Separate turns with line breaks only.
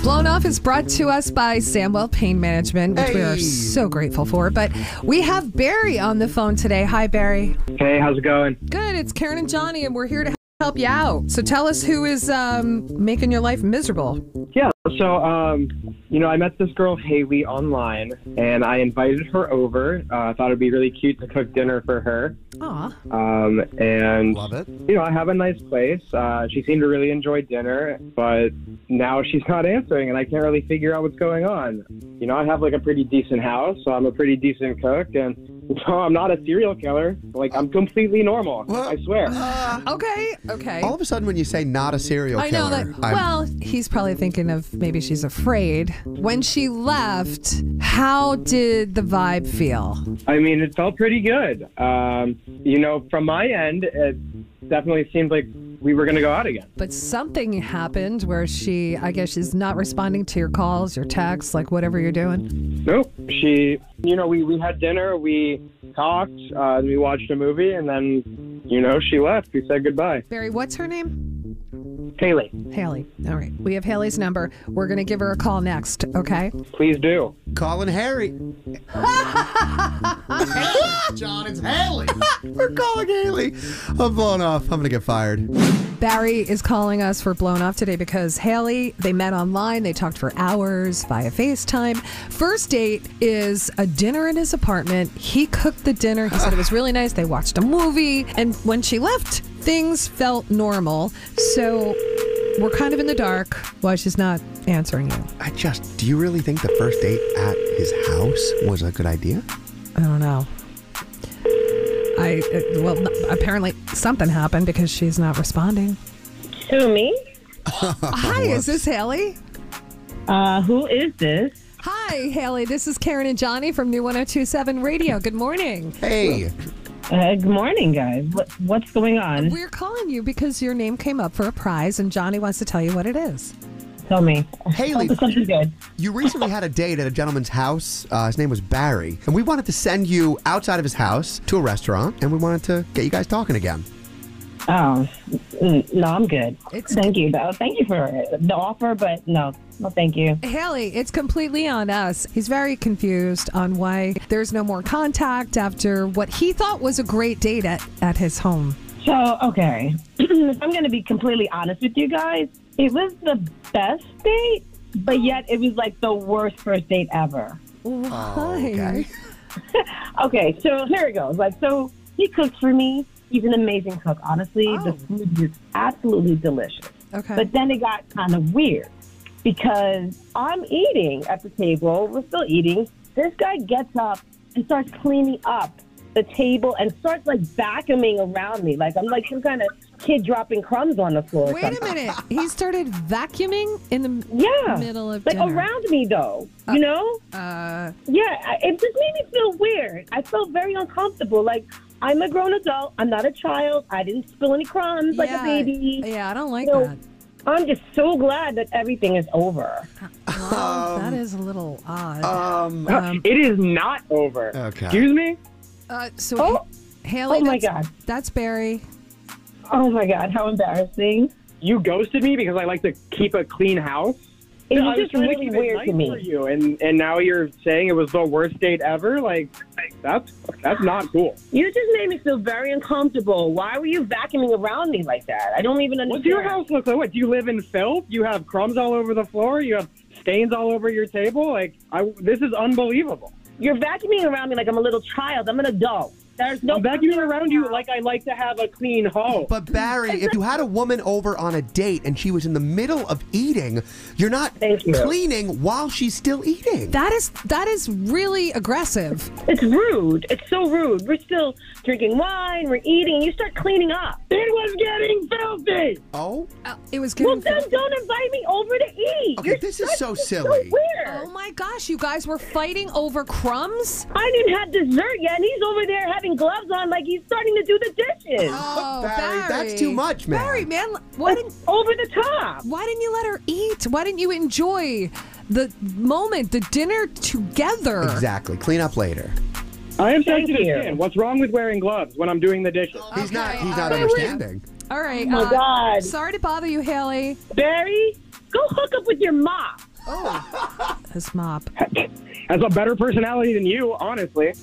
Blown Off is brought to us by Samwell Pain Management, which we are
Hey.
so grateful for. But we have Barry on the phone today. Hi, Barry.
Hey, how's it going?
Good. It's Karen and Johnny, and we're here to help you out. So tell us who is um, making your life miserable.
Yeah, so um, you know, I met this girl Haley online, and I invited her over. Uh, I thought it'd be really cute to cook dinner for her.
Aw.
Um, and
Love it.
you know, I have a nice place. Uh, she seemed to really enjoy dinner, but now she's not answering, and I can't really figure out what's going on. You know, I have like a pretty decent house, so I'm a pretty decent cook, and you know, I'm not a serial killer. Like I'm completely normal.
Well-
I swear.
Uh,
Okay. Okay.
All of a sudden, when you say not a serial
I know
killer,
that.
I'm-
Well, he's probably thinking of maybe she's afraid. When she left, how did the vibe feel?
I mean, it felt pretty good. Um, you know, from my end, it definitely seemed like we were going to go out again.
But something happened where she, I guess, she's not responding to your calls, your texts, like whatever you're doing.
Nope. She, you know, we, we had dinner, we talked, uh, we watched a movie, and then, you know, she left. We said goodbye.
Barry, what's her name?
Haley,
Haley. All right. We have Haley's number. We're going to give her a call next, okay?
please do.
Colin Harry. John, it's Haley. We're calling Haley. I'm blown off. I'm going to get fired.
Barry is calling us for Blown Off today because Haley, they met online. They talked for hours via FaceTime. First date is a dinner in his apartment. He cooked the dinner. He said it was really nice. They watched a movie. And when she left, things felt normal. So we're kind of in the dark why she's not answering you.
I just, do you really think the first date at his house was a good idea?
I don't know. I, uh, well, n- apparently something happened because she's not responding.
To me?
Hi, is this Haley?
Uh, who is this?
Hi, Haley. This is Karen and Johnny from New 1027 Radio. Good morning.
Hey,
Uh, good morning, guys. What, what's going on?
We're calling you because your name came up for a prize, and Johnny wants to tell you what it is.
Tell me.
Haley.
Tell me something good.
You recently had a date at a gentleman's house. Uh, his name was Barry. And we wanted to send you outside of his house to a restaurant, and we wanted to get you guys talking again.
Oh, mm, no, I'm good.
It's-
thank you, though. Thank you for the offer, but no, no, thank you.
Haley, it's completely on us. He's very confused on why there's no more contact after what he thought was a great date at, at his home.
So, okay. if I'm going to be completely honest with you guys, it was the best date, but yet it was like the worst first date ever.
Why?
okay.
Okay, so here it goes. Like, so he cooked for me. He's an amazing cook, honestly. The
Oh.
food was absolutely delicious.
Okay.
But then it got kind of weird because I'm eating at the table. We're still eating. This guy gets up and starts cleaning up the table and starts like vacuuming around me. Like I'm like some kind of kid dropping crumbs on the floor. or
Wait a
something.
minute. He started vacuuming in the
Yeah.
middle of
Like
dinner.
around me though, you know?
Uh,
Yeah, I- it just made me feel weird. I felt very uncomfortable. Like I'm a grown adult. I'm not a child. I didn't spill any crumbs like
yeah,
a baby.
Yeah, I don't like
No.
that.
I'm just so glad that everything is over.
Uh-huh. Wow, that is a little odd.
Um,
it is not over.
Okay.
Excuse me?
Uh, so,
Oh.
Ha- Haley,
Oh my
that's-
God.
that's Barry.
Oh my god, how embarrassing!
You ghosted me because I like to keep a clean house?
It
I
was just
trying to
really
keep it
weird
nice
to
For
me.
you, and, and now you're saying it was the worst date ever? Like, that's, that's not cool.
You just made me feel very uncomfortable. Why were you vacuuming around me like that? I don't even understand.
What's your house look like? What do you live in filth? You have crumbs all over the floor. You have stains all over your table. Like I, this is unbelievable.
You're vacuuming around me like I'm a little child. I'm an adult. There's no
I'm vacuuming around you like I like to have a clean home.
But Barry, if you had a woman over on a date and she was in the middle of eating, you're not
Thank you.
cleaning while she's still eating.
That is that is really aggressive.
It's rude. It's so rude. We're still drinking wine. We're eating. You start cleaning up.
it was getting filthy.
oh,
Uh, it was
Well,
getting.
then don't invite me over to eat.
Okay,
You're
this is
such-
so
it's
oh
silly.
weird.
my gosh, you guys were fighting over crumbs.
I didn't have dessert yet, and he's over there having gloves on, like he's starting to do the dishes.
Uh.
Oh,
Barry, that's too much, man.
Barry, man, why didn't
over the top.
why didn't you let her eat? Why didn't you enjoy the moment, the dinner together?
exactly. Clean up later.
I am
Thank
sensitive
you.
skin. What's wrong with wearing gloves when I'm doing the dishes?
He's not.
Okay,
He's not
all right.
understanding.
All right.
Oh my
uh,
God.
Sorry to bother you, Haley.
Barry, go hook up with your mom.
His mop.
Has a better personality than you, honestly.